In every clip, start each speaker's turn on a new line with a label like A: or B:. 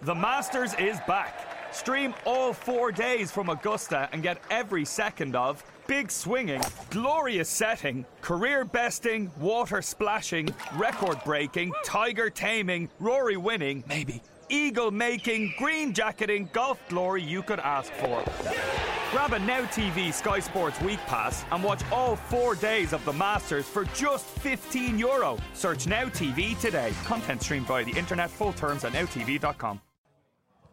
A: The Masters is back. Stream all four days from Augusta and get every second of big swinging, glorious setting, career besting, water splashing, record breaking, tiger taming, Rory winning, maybe, eagle making, green jacketing, golf glory you could ask for. Grab a Now TV Sky Sports Week Pass and watch all four days of the Masters for just 15 euro. Search Now TV today. Content streamed via the internet, full terms at nowtv.com.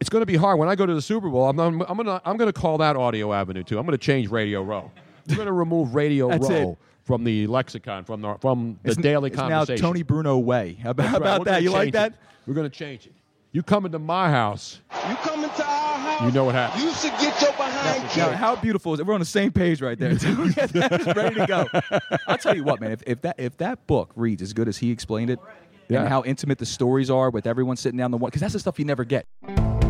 B: It's going to be hard when I go to the Super Bowl. I'm, I'm, I'm going to I'm going to call that Audio Avenue too. I'm going to change Radio Row. I'm going to remove Radio
C: That's
B: Row
C: it.
B: from the lexicon from the from the
C: It's n-
B: daily
C: it's
B: conversation.
C: now Tony Bruno way. How about,
B: That's right.
C: about
B: We're
C: that?
B: gonna
C: You like
B: change
C: that?
B: it. We're going to change it. You come into my house.
D: You come into our house.
B: You know what happens.
D: You should get your behind
C: Now,
D: kicked.
C: how beautiful is it? We're on the same page right there. too. Yeah, that is ready to go. I'll tell you what, man. If, if that if that book reads as good as he explained it,
E: Yeah.
C: and how intimate the stories are with everyone sitting down the one, because that's the stuff you never get.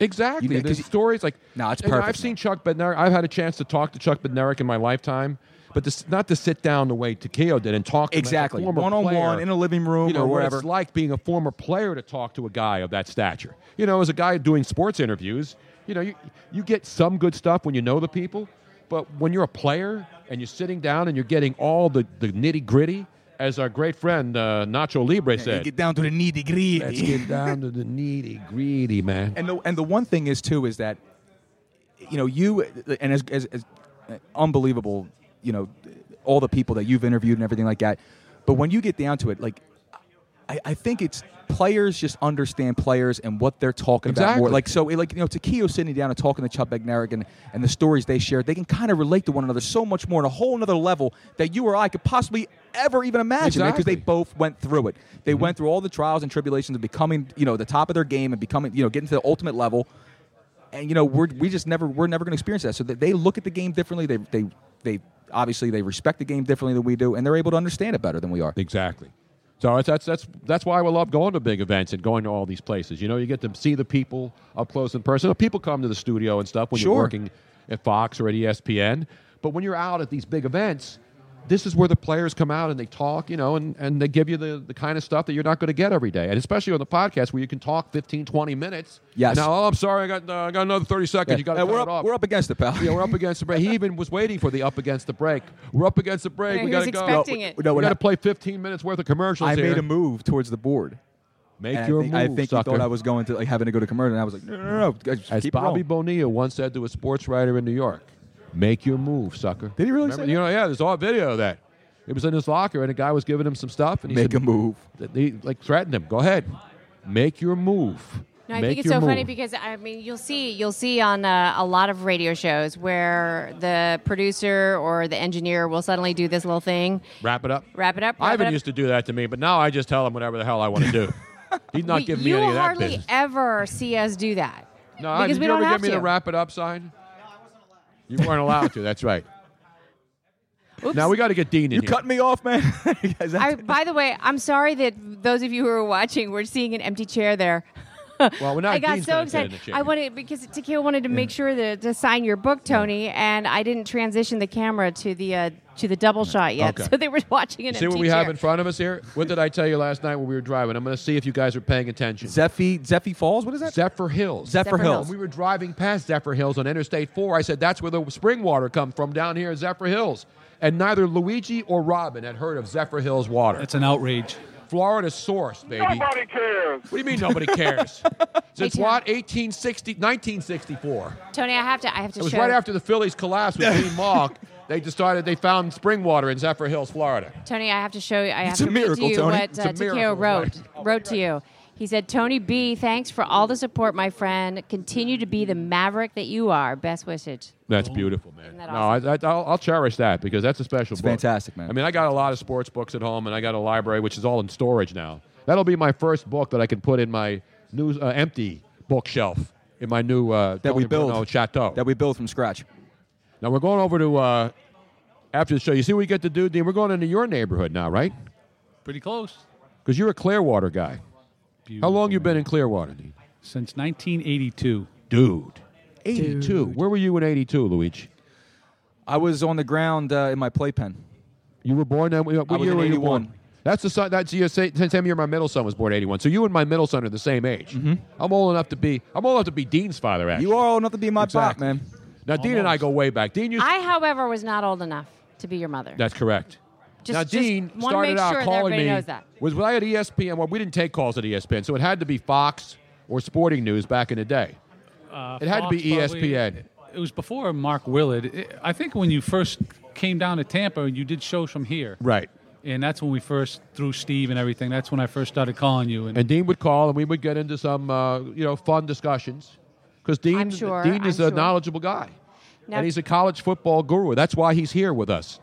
B: Exactly.
E: You- 'cause
B: There's
E: you-
B: stories like
C: no, it's
B: and
C: perfect,
B: I've seen Chuck Bednarik. I've had a chance to talk to Chuck Bednarik in my lifetime, but this, not to sit down the way Takeo did and talk to him as a
C: Exactly.
B: former
C: One-on-one,
B: player.
C: in a living room
B: you know,
C: or
B: what
C: wherever.
B: It's like being a former player to talk to a guy of that stature. You know, as a guy doing sports interviews, you know, you, you get some good stuff when you know the people, but when you're a player and you're sitting down and you're getting all the, the nitty gritty, as our great friend uh, Nacho Libre said,
C: get down to the nitty gritty.
B: let's get down to the nitty gritty, man.
C: And the and the one thing is too is that you know you and as, as, as unbelievable you know all the people that you've interviewed and everything like that. But when you get down to it, like I, I think it's players just understand players and what they're talking about more.
B: Exactly.
C: Like so, like you know, Takio sitting down and talking to Chuck Bednarik and, and the stories they shared, they can kind of relate to one another so much more on a whole other level that you or I could possibly ever even imagine because
B: Exactly. Mm-hmm.
C: they both went through it. They went through all the trials and tribulations of becoming you know the top of their game and becoming you know getting to the ultimate level. And you know we're we just never we're never going to experience that. So that they look at the game differently. They they they obviously they respect the game differently than we do, and they're able to understand it better than we are.
B: Exactly. So it's, that's that's that's why I love going to big events and going to all these places. You know, you get to see the people up close and personal. People come to the studio and stuff when you're
C: Sure.
B: working at Fox or at E ESPN. But when you're out at these big events, this is where the players come out and they talk, you know, and, and they give you the, the kind of stuff that you're not going to get every day. And especially on the podcast where you can talk 15, 20 minutes.
C: Yes.
B: Now, oh, I'm sorry, I got, uh, I got another 30 seconds.
C: Yeah.
B: You got to
C: Yeah,
B: cut
C: we're
B: it
C: up-
B: off.
C: we're up against it, pal.
B: Yeah, we're up against the break. He even was waiting for the up against the break. We're up against the break.
C: Yeah,
B: we
C: he
B: got
C: was
B: to go.
C: expecting it. No,
B: we
C: what
B: got to
C: hap-
B: play 15 minutes worth of commercials
C: I
B: here.
C: made a move towards the board.
B: Make
C: And
B: your
C: I think,
B: move,
C: I think
B: sucker.
C: you thought I was going to like having to go to commercial, and I was like, no, no, no, no. Just
B: As
C: keep it
B: Bobby
C: rolling.
B: Bonilla once said to a sports writer in New York, "Make your move, sucker." Did
C: he really say
B: You know, yeah. There's all video of that. It was in his locker, and a guy was giving him some stuff, and he
C: Make
B: said,
C: a move.
B: th- He like threatened him. Go ahead, make your move.
F: No, I
B: Make
F: think it's
B: your
F: so
B: move.
F: funny because I mean you'll see you'll see on uh, a lot of radio shows where the producer or the engineer will suddenly do this little thing,
B: wrap it up.
F: wrap it up. Wrap it
B: Ivan
F: up.
B: used to do that to me, but now I just tell him whatever the hell I want to do. He's not
F: We-
B: giving me
F: you
B: any
F: will
B: of that
F: hardly
B: business.
F: ever see us do that.
B: No, I-
F: because
B: did
F: we
B: you
F: don't
B: ever
F: have
B: give me
F: to.
B: the wrap it up sign? You weren't allowed to. That's right.
F: Oops.
B: Now we got to get Dean in
C: You
B: here.
C: cut me off, man.
F: I, by the way, I'm sorry that those of you who are watching were seeing an empty chair there.
B: Well, we're not.
F: I got
B: Dean's
F: so
B: gonna sit in
F: excited.
B: the chair.
F: I wanted because Tequila wanted to make sure to, to sign your book, Tony, and I didn't transition the camera to the uh, to the double shot yet,
B: Okay.
F: so they were watching an
B: See
F: empty
B: what we
F: chair.
B: have in front of us here? What did I tell you last night when we were driving? I'm going to see if you guys are paying attention.
C: Zephy, Zephy Falls? What is that?
B: Zephyr Hills.
C: Zephyr Zephyr Hills. Hills.
B: When we were driving past Zephyr Hills on Interstate 4, I said, that's where the spring water comes from down here at Zephyr Hills. And neither Luigi or Robin had heard of Zephyr Hills water. It's
G: an outrage.
B: Florida source, baby.
D: Nobody cares.
B: What do you mean nobody cares? Since what? 1860, 1964.
F: Tony, I have to. I have to
B: It was
F: show.
B: right after the Phillies collapsed with Dean Mock. They decided they found spring water in Zephyr Hills, Florida.
F: Tony, I have to show you. I have
B: It's
F: to
B: a
F: read
B: miracle,
F: to you
B: Tony.
F: what
B: It's
F: uh,
B: a
F: Takeo
B: miracle,
F: wrote
B: right.
F: wrote to you. He said, "Tony B, thanks for all the support, my friend. Continue to be the maverick that you are. Best wishes."
B: That's beautiful, man.
F: Isn't that
B: No, I, I, I'll, I'll cherish that because that's a special it's book.
C: fantastic, man.
B: I mean, I got a lot of sports books at home, and I got a library which is all in storage now. That'll be my first book that I can put in my new uh, empty bookshelf in my new uh,
C: That we
B: Tony Bruno
C: build.
B: chateau.
C: That we build from scratch.
B: Now we're going over to uh, after the show. You see, what we get to do, Dean. We're going into your neighborhood now, right?
G: Pretty close.
B: Because you're a Clearwater guy. How long you been in Clearwater, Dean?
G: Since 1982.
B: Dude, 82. Where were you in 82, Luigi?
C: I was on the ground uh, in my playpen.
B: You were born then? What
C: I was
B: year
C: in
B: were you
C: 81.
B: born? That's the son. That's your same, same year my middle son was born, eighty-one. So you and my middle son are the same age. I'm old enough to be. I'm old enough to be Dean's father. Actually,
C: Mm-hmm. You are old enough to be my
B: Exactly.
C: pop, man.
B: now Dean and I go way back. Dean, you.
F: I, however, was not old enough to be your mother.
B: that's correct.
F: Just-
B: now
F: just
B: Dean
F: wanna
B: started
F: make
B: out
F: sure that
B: calling
F: everybody
B: me.
F: knows that.
B: Was when I E at ESPN? Well, we didn't take calls at E ESPN, so it had to be Fox or Sporting News back in the day.
G: Uh,
B: It had to be E
G: Fox probably-
B: ESPN.
G: it was before Mark Willard. It- I think when you first came down to Tampa, you did shows from here.
B: Right.
G: And that's when we first, through Steve and everything, that's when I first started calling you. And,
B: And Dean would call, and we would get into some uh, you know fun discussions because Dean
F: sure,
B: Dean is
F: I'm
B: a
F: sure.
B: knowledgeable guy,
F: Now-
B: and he's a college football guru. That's why he's here with us.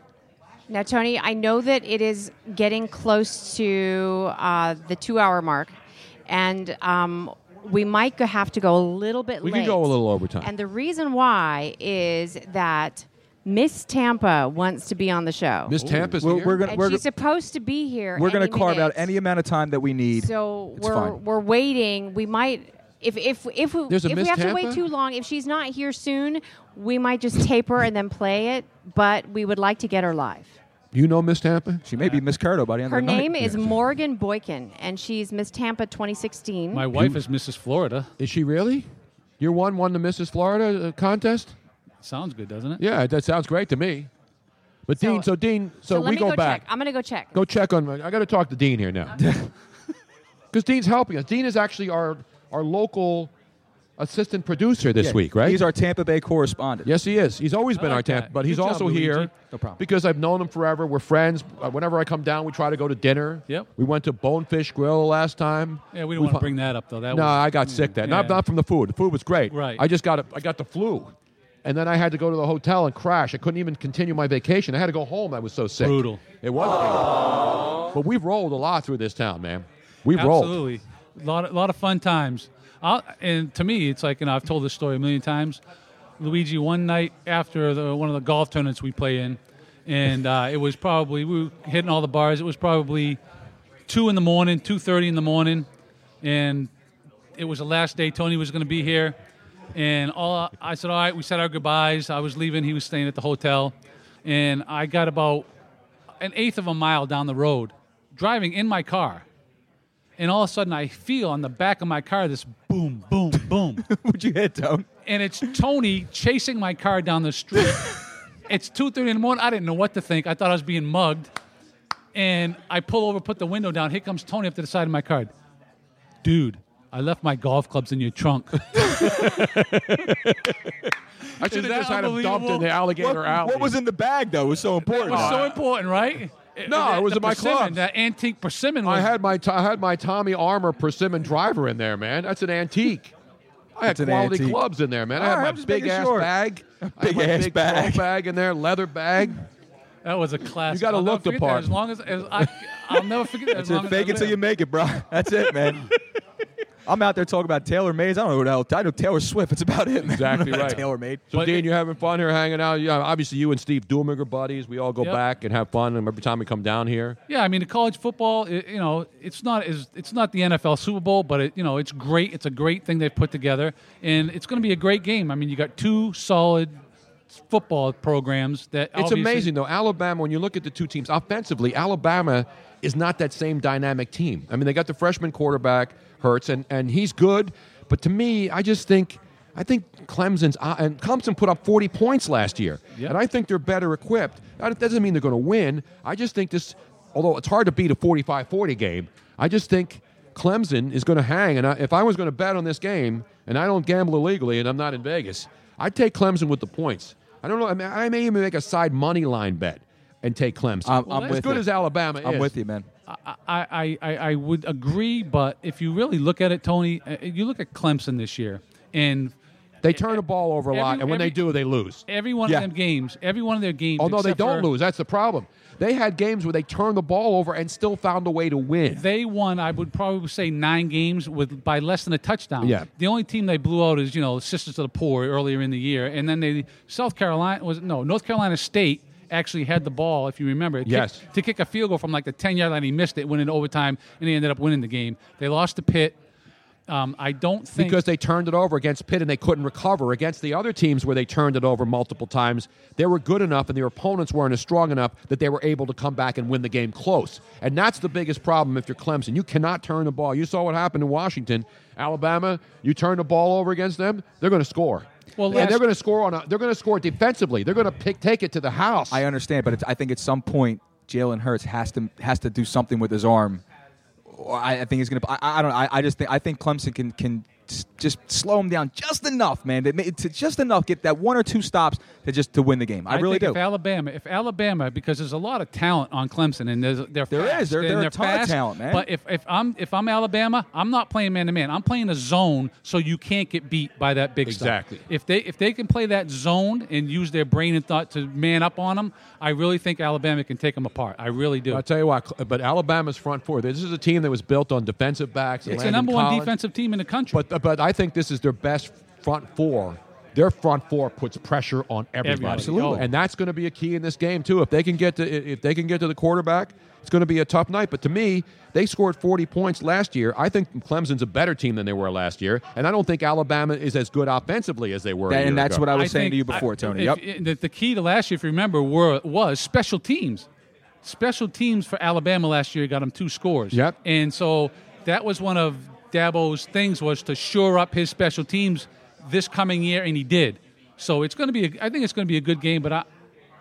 F: Now, Tony, I know that it is getting close to uh, the two-hour mark, and um, we might go- have to go a little bit.
B: We
F: late.
B: can go a little overtime.
F: And the reason why is that Miss Tampa wants to be on the show.
B: Miss Tampa's
C: We're-
B: here.
C: Oh. we're gonna-
F: And she's supposed to be here.
C: We're
F: going
C: gonna
F: to
C: carve out any amount of time that we need.
F: So
C: It's
F: we're
C: fine.
F: we're waiting. We might if if if we
C: There's a
F: if
C: Miss
F: we have to
C: Tampa?
F: wait too long. If she's not here soon, we might just tape her and then play it. But we would like to get her live.
B: you know Miss Tampa?
C: She may be Miss Curto by the end
F: Her
C: of the night.
F: name is Morgan Boykin, and she's Miss Tampa 2016.
G: my wife is Mrs. Florida.
B: Is she really? Your one won the Mrs. Florida uh, contest.
G: Sounds good, doesn't it?
B: Yeah, that sounds great to me. But Dean, so Dean, so,
F: so let
B: we
F: me
B: go,
F: go
B: back.
F: check. I'm going to go check.
B: Go check on. I got to talk to Dean here now, because Dean's helping us. Dean is actually our our local assistant producer this
C: Yeah,
B: week, right?
C: He's our Tampa Bay correspondent.
B: Yes, he is. He's always
C: I
B: been
C: like
B: our Tampa,
C: that.
B: but
C: Good
B: he's
C: job,
B: also
C: Luigi.
B: here
C: No problem.
B: because I've known him forever. We're friends. Uh, whenever I come down, we try to go to dinner.
G: Yep.
B: We went to Bonefish Grill last time.
G: Yeah, we don't want to bring that up though. That
B: no,
G: was,
B: I got sick that. Not,
G: Yeah.
B: not from the food. The food was great.
G: Right.
B: I just got a, I got the flu, and then I had to go to the hotel and crash. I couldn't even continue my vacation. I had to go home. I was so sick.
G: Brutal.
B: It was. brutal. But we've rolled a lot through this town, man. We rolled.
G: Absolutely. A lot, of, lot of fun times. I'll, and to me, it's like, and I've told this story a million times. Luigi, one night after the, one of the golf tournaments we play in, and uh, it was probably, we were hitting all the bars. It was probably 2 in the morning, 2.30 in the morning, and it was the last day Tony was going to be here. And all I said, all right, we said our goodbyes. I was leaving. He was staying at the hotel. And I got about an eighth of a mile down the road, driving in my car and all of a sudden I feel on the back of my car this boom, boom, boom.
C: Would you hit Tony?
G: And it's Tony chasing my car down the street. it's two thirty in the morning. I didn't know what to think. I thought I was being mugged. And I pull over, put the window down. Here comes Tony up to the side of my car. Dude, I left my golf clubs in your trunk.
B: I
G: Is
B: should have
G: that
B: just had him dumped in
G: unbelievable?
B: the alligator
G: What-
B: alley.
G: what
C: was in the bag though? was so
G: It
C: important.
G: was so important, right?
B: No, it was
G: the
B: in my
G: persimmon,
B: clubs.
G: That antique persimmon.
B: I
G: was-
B: had my I had my Tommy Armor persimmon driver in there, man. That's an antique. I had
C: That's an
B: quality
C: antique.
B: clubs in there, man. I
C: All
B: had
C: right,
B: my
C: I'm just
B: big
C: making
B: ass
C: sure.
B: bag, I had
C: Big
B: my
C: ass
B: big
C: bag.
B: throw bag in there, leather bag.
G: That was a classic.
B: You gotta
G: I'll never
B: look the
G: forget that
B: part.
G: As long as, as I, I'll never forget that.
C: That's
G: as long
C: it.
G: as I
C: Fake it till
G: live.
C: you make it, bro. That's it, man. I'm out there talking about Taylor Mays. I don't know what else. I know Taylor Swift. It's about it, man.
B: Exactly right.
C: Taylor Mays.
B: So, Dean, you're having fun here, hanging out. Yeah, obviously, you and Steve Doomer are buddies. We all go
G: Yep.
B: back and have fun. And every time we come down here,
G: Yeah, I mean, the college football, i you know, it's not is it's not the NFL Super Bowl, but it, you know, it's great. It's a great thing they've put together, and it's going to be a great game. I mean, you got two solid football programs that
B: it's
G: obviously-
B: amazing though. Alabama, when you look at the two teams offensively, Alabama is not that same dynamic team. I mean, they got the freshman quarterback Hurts, and and he's good, but to me, I just think. I think Clemson's uh, and Clemson put up 40 points last year,
G: Yep.
B: and I think they're better equipped. That doesn't mean they're going to win. I just think this, although it's hard to beat a 45-40 game, I just think Clemson is going to hang. And I, if I was going to bet on this game, and I don't gamble illegally, and I'm not in Vegas, I'd take Clemson with the points. I don't know. I, mean, I may even make a side money line bet and take Clemson.
C: I'm,
B: Well,
C: I'm
B: as
C: with
B: good
C: you.
B: as Alabama
C: I'm
B: is.
C: with you, man.
G: I, I, I, I would agree, but if you really look at it, Tony, uh, you look at Clemson this year, and
B: They turn the ball over a lot,
G: Every-
B: and when they
G: every-
B: do, they lose.
G: every one
B: Yeah.
G: of them games, every one of their games.
B: Oh no, they
G: except
B: don't
G: for-
B: lose. That's the problem. They had games where they turned the ball over and still found a way to win.
G: They won, I would probably say, nine games with by less than a touchdown.
B: Yeah.
G: The only team they blew out is you know Sisters of the Poor earlier in the year, and then they South Carolina was no North Carolina State actually had the ball if you remember. It
B: Yes.
G: kicked- to kick a field goal from like the ten yard line, he missed it, went into overtime, and they ended up winning the game. They lost to Pitt. Um, I don't think
B: because they turned it over against Pitt and they couldn't recover against the other teams where they turned it over multiple times. They were good enough and their opponents weren't as strong enough that they were able to come back and win the game close. And that's the biggest problem if you're Clemson. You cannot turn the ball. You saw what happened in Washington, Alabama. You turn the ball over against them, they're going to score.
G: Well,
B: and
G: last-
B: they're going to score on. A, they're going to score defensively. They're going to pick take it to the house.
C: I understand, but it's, I think at some point Jalen Hurts has to has to do something with his arm. Or I, I think he's gonna. I, I don't. I, I just think I think Clemson can can s- just slow him down just enough, man. That ma- To just enough, get that one or two stops to just to win the game. I, really
G: think
C: do.
G: If Alabama, if Alabama, because there's a lot of talent on Clemson, and there's, they're
C: There
G: fast,
C: is. There-
G: and
C: there are
G: they're
C: a ton of
G: fast,
C: talent, man.
G: But if, if I'm if I'm Alabama, I'm not playing man to man. I'm playing a zone, so you can't get beat by that big stuff.
B: Exactly.
G: If they if they can play that zone and use their brain and thought to man up on them, I really think Alabama can take them apart. I really do.
B: I'll tell you what, but Alabama's front four. This is a team that was built on defensive backs. and
G: it's the
B: Landon
G: number one
B: Collins.
G: defensive team in the country.
B: But but I think this is their best front four. Their front four puts pressure on everybody,
G: Everybody. Absolutely.
B: and that's going to be a key in this game too. If they can get to if they can get to the quarterback, it's going to be a tough night. But to me, they scored 40 points last year. I think Clemson's a better team than they were last year, and I don't think Alabama is as good offensively as they were. a
C: That- and
B: year
C: that's
B: ago.
C: what I was saying to you
G: think-
C: before,
G: I-
C: Tony.
G: if-
C: Yep.
G: The, the key to last year, if you remember, were was special teams. Special teams for Alabama last year got him two scores.
B: Yep.
G: And so that was one of Dabo's things was to shore up his special teams this coming year, and he did. So it's going to be. A, I think it's going to be a good game, but I.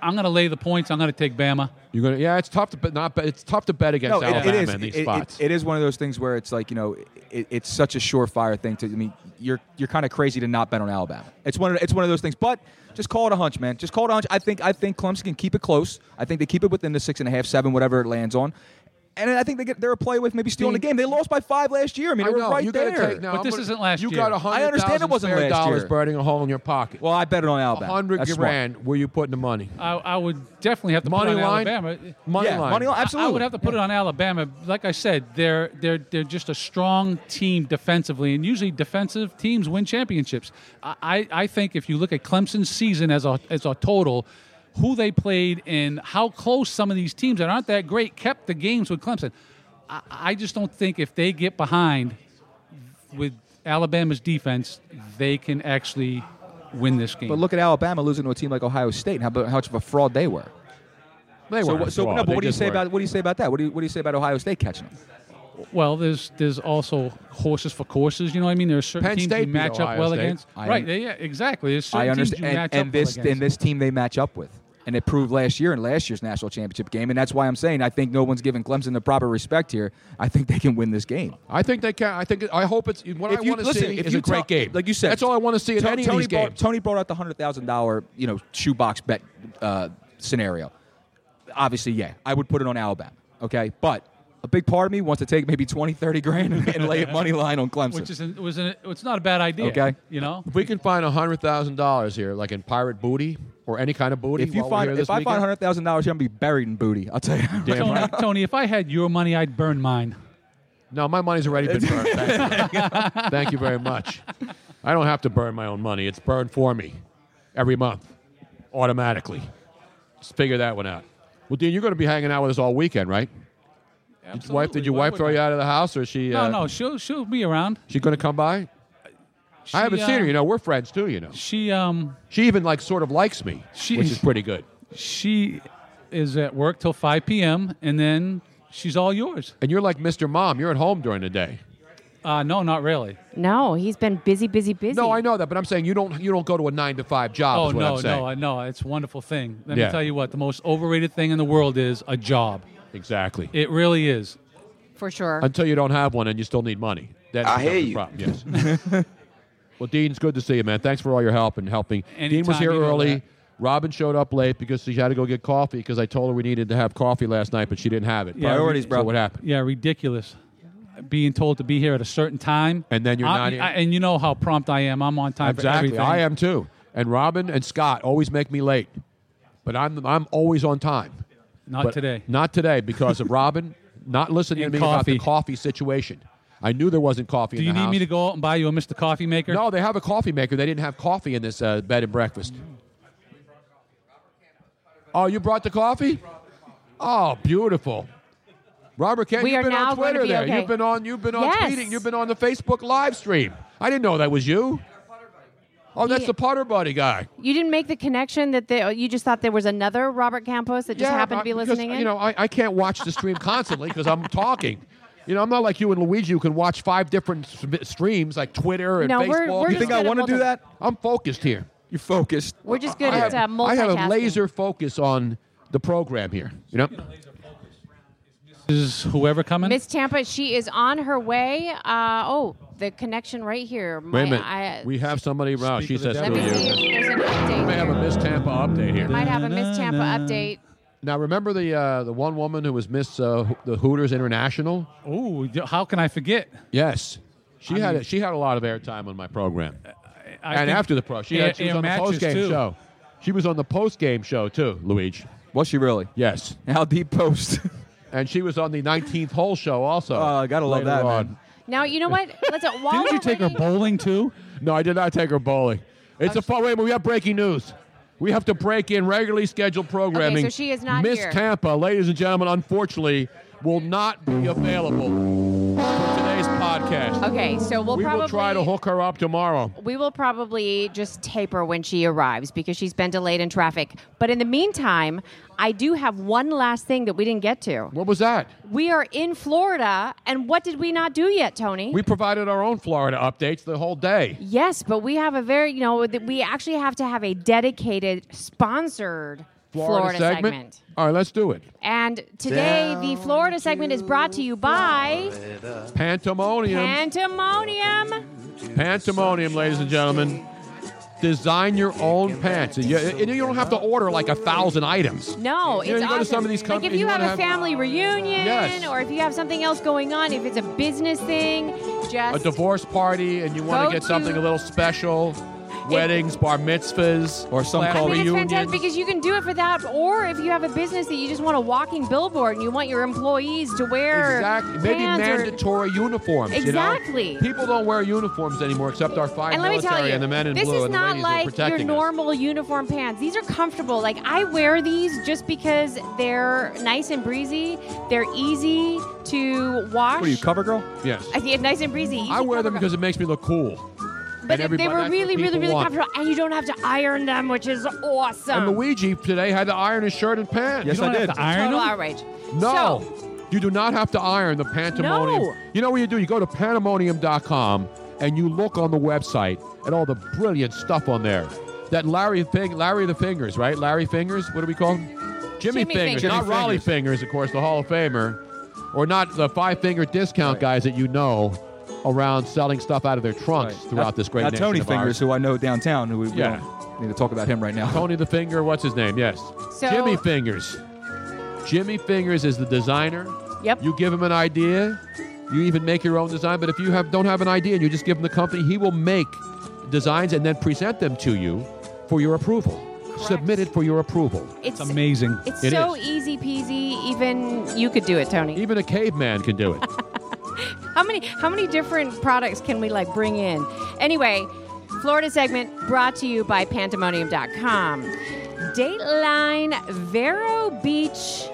G: I'm going to lay the points. I'm going to take Bama.
B: You're gonna, yeah, it's tough to bet. Not bet. It's tough to bet against
C: no, it-
B: Alabama
C: it is.
B: in these
C: It- it-
B: spots.
C: it is one of those things where it's like you know, it, it's such a surefire thing to. I mean, you're you're kind of crazy to not bet on Alabama. It's one of it's one of those things. But just call it a hunch, man. Just call it a hunch. I think I think Clemson can keep it close. I think they keep it within the six and a half, seven, whatever it lands on. And I think they get they're a play with maybe stealing the game. They lost by five last year. I mean,
B: I
C: they were
B: know,
C: right
B: you gotta
C: there.
B: take- now, But I'm this gonna- isn't last you year. got
C: I understand it
B: 100,000
C: wasn't
B: spare
C: last
B: dollars
C: year.
B: burning a hole in your pocket.
C: Well, I bet it on Alabama.
B: hundred
C: That's smart.
B: grand. Were you putting the money?
G: I, I would definitely have to
B: Money
G: put it on
B: line?
G: Alabama.
B: Money Yeah, line. money line,
G: I- I,
B: absolutely.
G: would have to put it on Alabama. Like I said, they're they're they're just a strong team defensively, and usually defensive teams win championships. I, I I think if you look at Clemson's season as a as a total. Who they played and how close some of these teams that aren't that great kept the games with Clemson. I, I just don't think if they get behind with Alabama's defense, they can actually win this game.
C: But look at Alabama losing to a team like Ohio State. and How, how much of a fraud they were.
B: They
C: so,
B: weren't
C: what- so
B: fraud.
C: no, but
B: They
C: what do you
B: just
C: say
B: weren't.
C: about what do you say about that? What do you, what do you say about Ohio State catching them?
G: Well, there's there's also horses for courses. You know what I mean? There are certain
C: Penn
G: teams
C: State
G: you
C: beat
G: match up
C: Ohio
G: well
C: State.
G: against.
C: I
G: right?
C: un-
G: Yeah, exactly. There's certain
C: I
G: teams you
C: understand,
G: match
C: and,
G: up
C: and this
G: well against.
C: and this team they match up with, and it proved last year in last year's national championship game, and that's why I'm saying I think no one's giving Clemson the proper respect here. I think they can win this game.
B: I think they can. I think. I hope it's what
C: If
B: I
C: you-
B: want to
C: listen,
B: see
C: if
B: is
C: you
B: a great
C: tell-
B: game.
C: like you said,
B: that's all I want to see in
C: Tony,
B: any
C: Tony
B: of these
C: brought,
B: games.
C: Tony brought out the hundred thousand dollar you know shoebox bet uh, scenario. Obviously, yeah, I would put it on Alabama. Okay, but a big part of me wants to take maybe 20, 30 grand and, and lay it money line on Clemson.
G: which is an, was an, it's not a bad idea.
B: Okay.
G: you know.
B: If we can find hundred thousand dollars here, like in pirate booty or any kind of booty,
C: if you
B: while we're
C: find
B: here
C: if
B: this
C: I
B: weekend-
C: find hundred thousand dollars, here, I'm gonna be buried in booty. I'll tell you. that right
G: Tony,
C: now.
G: Tony, if I had your money, I'd burn mine.
B: No, my money's already been burned. Thank you. Thank you very much. I don't have to burn my own money. It's burned for me every month automatically. Just figure that one out. Well, Dean, you're going to be hanging out with us all weekend, right? Did, your wife, did your
G: Why
B: wife
G: would
B: throw
G: I?
B: you out of the house, or is she? uh,
G: no, no, she'll she'll be around.
B: She going to come by?
G: She,
B: I haven't
G: uh,
B: seen her. You know, we're friends too. You know,
G: She um
B: she even like sort of likes me,
G: She-
B: which is pretty good.
G: she is at work till 5 p.m. and then she's all yours.
B: And you're like Mr. Mom. You're at home during the day.
G: Uh, no, not really.
F: No, he's been busy, busy, busy.
B: No, I know that, but I'm saying you don't. You don't go to a nine to five job.
G: oh
B: is what
G: no,
B: I'm saying.
G: no, I know. It's a wonderful thing. Let
B: Yeah.
G: me tell you what. The most overrated thing in the world is a job.
B: Exactly.
G: It really is.
F: for sure.
B: Until you don't have one and you still need money. That
G: I
B: becomes
G: hear
B: a
G: you.
B: Problem. Yes. well, Dean, it's good to see you, man. Thanks for all your help and helping. Dean was
G: Anytime
B: here
G: you know
B: early.
G: that.
B: Robin showed up late because she had to go get coffee because I told her we needed to have coffee last night, but she didn't have it.
G: ri-
B: So what happened?
G: Yeah, ridiculous. Being told to be here at a certain time,
B: and then you're
G: I,
B: not here.
G: I- and you know how prompt I am. I'm on time for
B: Exactly.
G: everything.
B: I am too. And Robin and Scott always make me late, but I'm I'm always on time.
G: Not
B: But
G: today.
B: Not today because of Robin not listening
G: And
B: to me about the coffee situation. I knew there wasn't coffee
G: Do
B: in
G: you
B: the
G: need
B: house.
G: me to go out and buy you a Mr. Coffee Maker?
B: No, they have a coffee maker. They didn't have coffee in this uh, bed and breakfast. Oh, you brought the coffee? Oh, beautiful. Robert Kent,
F: We
B: you've
F: are
B: been
F: now
B: on
F: going to
B: Twitter
F: be
B: there.
F: okay.
B: You've been on you've been on
F: Yes.
B: tweeting. You've been on the Facebook live stream. I didn't know that was you. Oh, that's the putter buddy guy.
F: You didn't make the connection that they, you just thought there was another Robert Campos that just happened to be
B: I- because,
F: listening in.
B: You know, I, I can't watch the stream constantly because I'm talking. You know, I'm not like you and Luigi who can watch five different s- streams like Twitter and
F: No,
B: Facebook.
F: we're- we're You just think I good at wanna do multi- that?
B: I'm focused here.
C: You're focused.
F: We're just good
B: I
F: at
B: have,
F: uh, multitasking.
B: I have a laser focus on the program here. You know,
G: Is whoever coming?
F: Miss Tampa, she is on her way. Uh, oh, the connection right here. My-
B: wait a minute.
F: I-
B: we have somebody. Wow, she says
F: Let
B: screw
F: me see if
B: you.
F: there's an update.
B: We may have a Miss Tampa update here.
F: We might have a Miss Tampa update.
B: Now remember the uh, the one woman who was Miss uh, Ho- the Hooters International.
G: Oh, how can I forget?
B: Yes, she
G: I
B: had
G: mean-
B: a, she had a lot of airtime on my program,
G: I
B: and
G: think
B: after the pro, she,
G: air-
B: had, she was
G: air
B: on the
G: matches,
B: post game
G: too.
B: show. She was on the post game show too, Luigi.
C: Was she really?
B: Yes.
C: How deep post?
B: and she was on the 19th hole show also. Oh, I
C: gotta love that, man.
F: Now you know what? Let's uh, while
B: Didn't
F: we're
B: you take
F: waiting-
B: her bowling too? No, I did not take her bowling. It's a fun. Wait, a minute, we have breaking news. We have to break in regularly scheduled programming.
F: so she is not
B: Miss
F: here.
B: Tampa, ladies and gentlemen, unfortunately, will not be available for today's podcast.
F: Okay, so we'll
B: we will
F: probably-
B: try to hook her up tomorrow.
F: We will probably just tape her when she arrives because she's been delayed in traffic. But in the meantime, I do have one last thing that we didn't get to.
B: What was that?
F: We are in Florida, and what did we not do yet, Tony?
B: We provided our own Florida updates the whole day.
F: yes, but we have a very, you know, that we actually have to have a dedicated, sponsored
B: Florida,
F: Florida
B: segment?
F: segment.
B: All right, let's do it.
F: And today, the Florida segment is brought to you by
B: Pantomonium.
F: Pantomonium.
B: Pantomonium, ladies and gentlemen. Design your own pants. You, you you don't have to order like a thousand items.
F: No, it's
B: you go to
F: awesome.
B: some of these
F: like if
B: companies,
F: you
B: you
F: have
B: wanna
F: a family reunion,
B: Yes.
F: or if you have something else going on, if it's a business thing,
B: a
F: just
B: divorce party and you want
F: Go
B: to get
F: to-
B: something a little special weddings bar mitzvahs or some
F: I mean, it's fantastic because you can do it for that, or if you have a business that you just want a walking billboard and you want your employees to wear
B: exactly maybe
F: pants or-
B: mandatory uniforms you know?
F: Exactly.
B: people don't wear uniforms anymore except our five
F: and let me
B: military
F: tell you,
B: and the men in
F: this
B: blue
F: is
B: and the
F: not
B: ladies who are
F: like your
B: protecting us.
F: normal uniform pants. These are comfortable. Like I wear these just because they're nice and breezy. They're easy to wash.
B: What are you, CoverGirl? yes
F: I think nice and breezy. easy
B: i wear them
F: CoverGirl.
B: because it makes me look cool
F: But
B: And
F: they- they
B: everybody-
F: were
B: that's what
F: really, really,
B: people
F: really
B: want.
F: comfortable, and you don't have to iron them, which is awesome.
B: and luigi today had to iron his shirt and pants
C: Yes, You don't I have did. to iron
F: Total outrage.
B: No. you do not have to iron the Pantomonium.
F: No.
B: You know what you do? You go to pantomonium.com and you look on the website at all the brilliant stuff on there. That Larry Fing, Larry the Fingers, right? Larry Fingers, what do we call him? Jimmy,
H: Jimmy
B: Fingers,
H: Fingers.
B: not
H: Jimmy
B: Raleigh Fingers, of course, the Hall of Famer, or not the five finger discount guys that you know around selling stuff out of their trunks throughout
C: Not-
B: this great
C: not
B: nation
C: Tony
B: of
C: Fingers,
B: ours.
C: who I know downtown, who we, we
B: Yeah.
C: don't need to talk about him right now.
B: Tony the Finger, what's his name? Yes.
F: So-
B: Jimmy Fingers. Jimmy Fingers is the designer.
F: Yep.
B: You give him an idea. You even make your own design. But if you have don't have an idea and you just give him the company, he will make designs and then present them to you for your approval. Submitted for your approval.
F: It's- It's
B: amazing.
F: It's so easy peasy. Even you could do it, Tony.
B: Even a caveman can do it.
F: How many how many different products can we like bring in? Anyway, Florida segment brought to you by pantomonium.com. Dateline Vero Beach,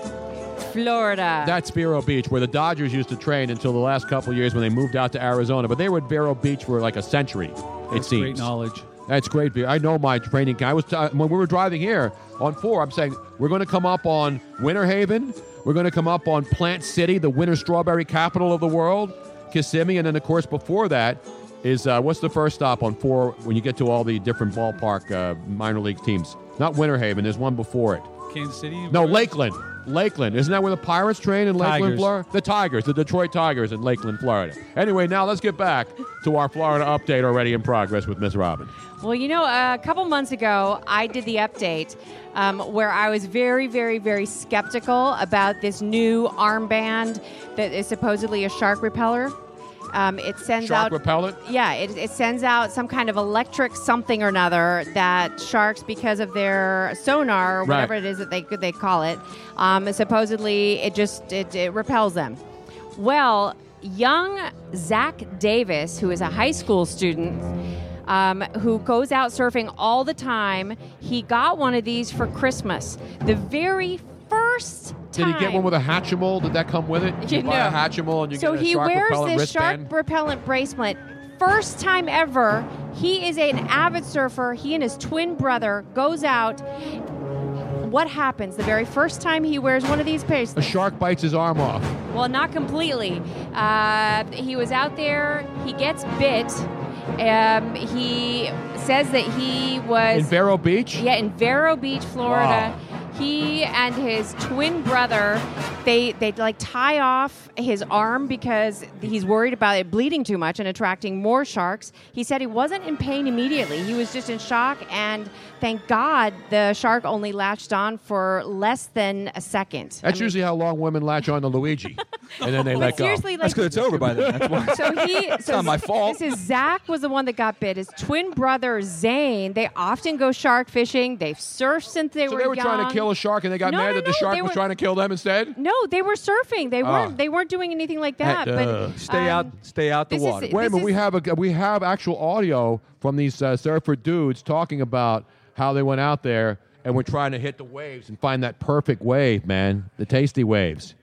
F: Florida.
B: That's Vero Beach, where the Dodgers used to train until the last couple of years when they moved out to Arizona. But they were at Vero Beach for like a century, it
G: That's
B: seems.
G: great knowledge.
B: That's great. Vero. I know my training. guy. I was t- when we were driving here on four. I'm saying we're going to come up on Winter Haven. We're going to come up on Plant City, the winter strawberry capital of the world, Kissimmee, and then of course before that is uh, what's the first stop on four when you get to all the different ballpark uh, minor league teams? Not Winter Haven. There's one before it.
G: Kansas City.
B: No, Lakeland. Lakeland. Isn't that where the Pirates train in Lakeland,
G: Tigers.
B: Florida? The Tigers, the Detroit Tigers in Lakeland, Florida. Anyway, now let's get back to our Florida update already in progress with Miss Robin.
F: Well, you know, a couple months ago, I did the update um, where I was very, very, very skeptical about this new armband that is supposedly a shark repeller. Um, it sends
B: Shark
F: out
B: repellent?
F: Yeah, it, it sends out some kind of electric something or another that sharks, because of their sonar or
I: Right.
F: whatever it is that they they call it, um, supposedly it just it, it repels them. Well, young Zach Davis, who is a high school student, um, who goes out surfing all the time, he got one of these for Christmas. The very first
B: Did
F: time.
B: he get one with a Hatchimal? Did that come with it? Did you
F: You
B: buy a
F: know.
B: Hatchimal and you
F: so
B: get a
F: he
B: shark
F: wears
B: repellent
F: this
B: wristband?
F: shark repellent bracelet. First time ever, he is an avid surfer. He and his twin brother goes out. What happens the very first time he wears one of these bracelets?
B: A shark bites his arm off.
F: Well, not completely. Uh, he was out there. He gets bit. Um, he says that he was
B: In Vero Beach?
F: Yeah, in Vero Beach, Florida. He and his twin brother, they they like tie off his arm because he's worried about it bleeding too much and attracting more sharks. He said he wasn't in pain immediately. He was just in shock, and thank God the shark only latched on for less than a second.
B: That's usually how long women latch on to Luigi. and then they
F: But
B: let go.
F: seriously, like- That's 'cause
C: it's over by then. That's why.
F: So he.
C: It's
F: so
C: not my fault.
F: This is Zach was the one that got bit. His twin brother Zane. They often go shark fishing. They've surfed since they
B: so
F: were.
B: they were trying
F: young.
B: to kill a shark and they got
F: No,
B: mad
F: no,
B: that the
F: no,
B: shark
F: they
B: was
F: were-
B: trying to kill them instead?
F: No, they were surfing. They
B: Ah.
F: weren't. They weren't doing anything like that. but
C: stay out,
F: um,
C: stay out the
F: this is-
C: water.
B: Wait a minute. We have a we have actual audio from these uh, surfer dudes talking about how they went out there and were trying to hit the waves and find that perfect wave, man, the tasty waves.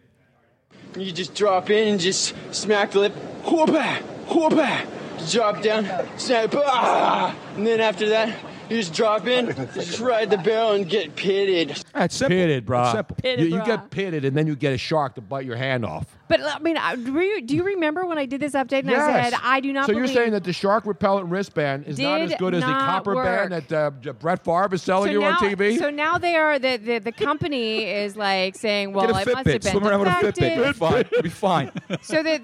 D: You just drop in and just smack the lip. Whoop ah, whoop ah. Drop down, snap, ah. And then after that, You just drop in, just ride the barrel and get pitted.
B: That's simple. Pitted, bro. Simple.
F: Pitted,
B: you, you
F: brah.
B: get pitted, and then you get a shark to bite your hand off.
F: But I mean, I- do you, do you remember when I did this update and I
B: Yes.
F: said I do not
B: So
F: believe
B: you're saying that the shark repellent wristband is not as
F: Did
B: good as the
F: not
B: copper band
F: work.
B: that uh, J- Brett Favre is selling
F: so
B: you
F: now,
B: on TV?
F: So now they are the, the, the company is like saying, well, it must have been defective.
C: be fine.
F: So the,